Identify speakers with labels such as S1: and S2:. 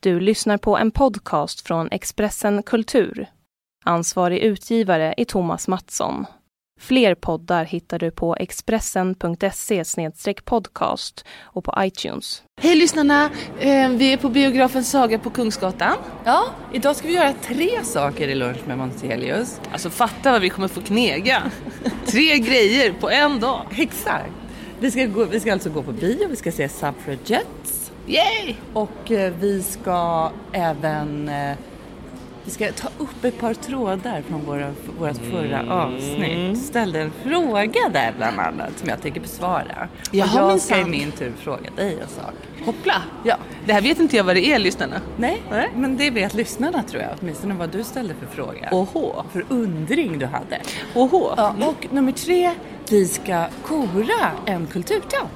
S1: Du lyssnar på en podcast från Expressen Kultur. Ansvarig utgivare är Thomas Mattsson. Fler poddar hittar du på expressen.se podcast och på iTunes.
S2: Hej lyssnarna! Eh, Vi är på biografen Saga på Kungsgatan.
S3: Ja, idag ska vi göra tre saker i lunch med Montelius.
S2: Alltså fatta vad vi kommer få knega! Tre grejer på en dag.
S3: Exakt. Vi ska, gå, vi ska alltså gå på bio, vi ska se Suffragettes
S2: Yay!
S3: och eh, vi ska även eh, vi ska ta upp ett par trådar från våra, vårt förra
S2: Mm.
S3: avsnitt. Ställde en fråga där bland annat som jag tänker besvara.
S2: Jaha,
S3: och jag ska i
S2: minsann.
S3: min tur fråga dig en sak.
S2: Hoppla!
S3: Ja.
S2: Det här vet inte jag vad det är lyssnarna.
S3: Nej, men det vet lyssnarna tror jag. Åtminstone vad du ställde för fråga.
S2: Åhå!
S3: För undring du hade.
S2: Åhå!
S3: Ja, och nummer tre, vi ska kora en kulturkamp.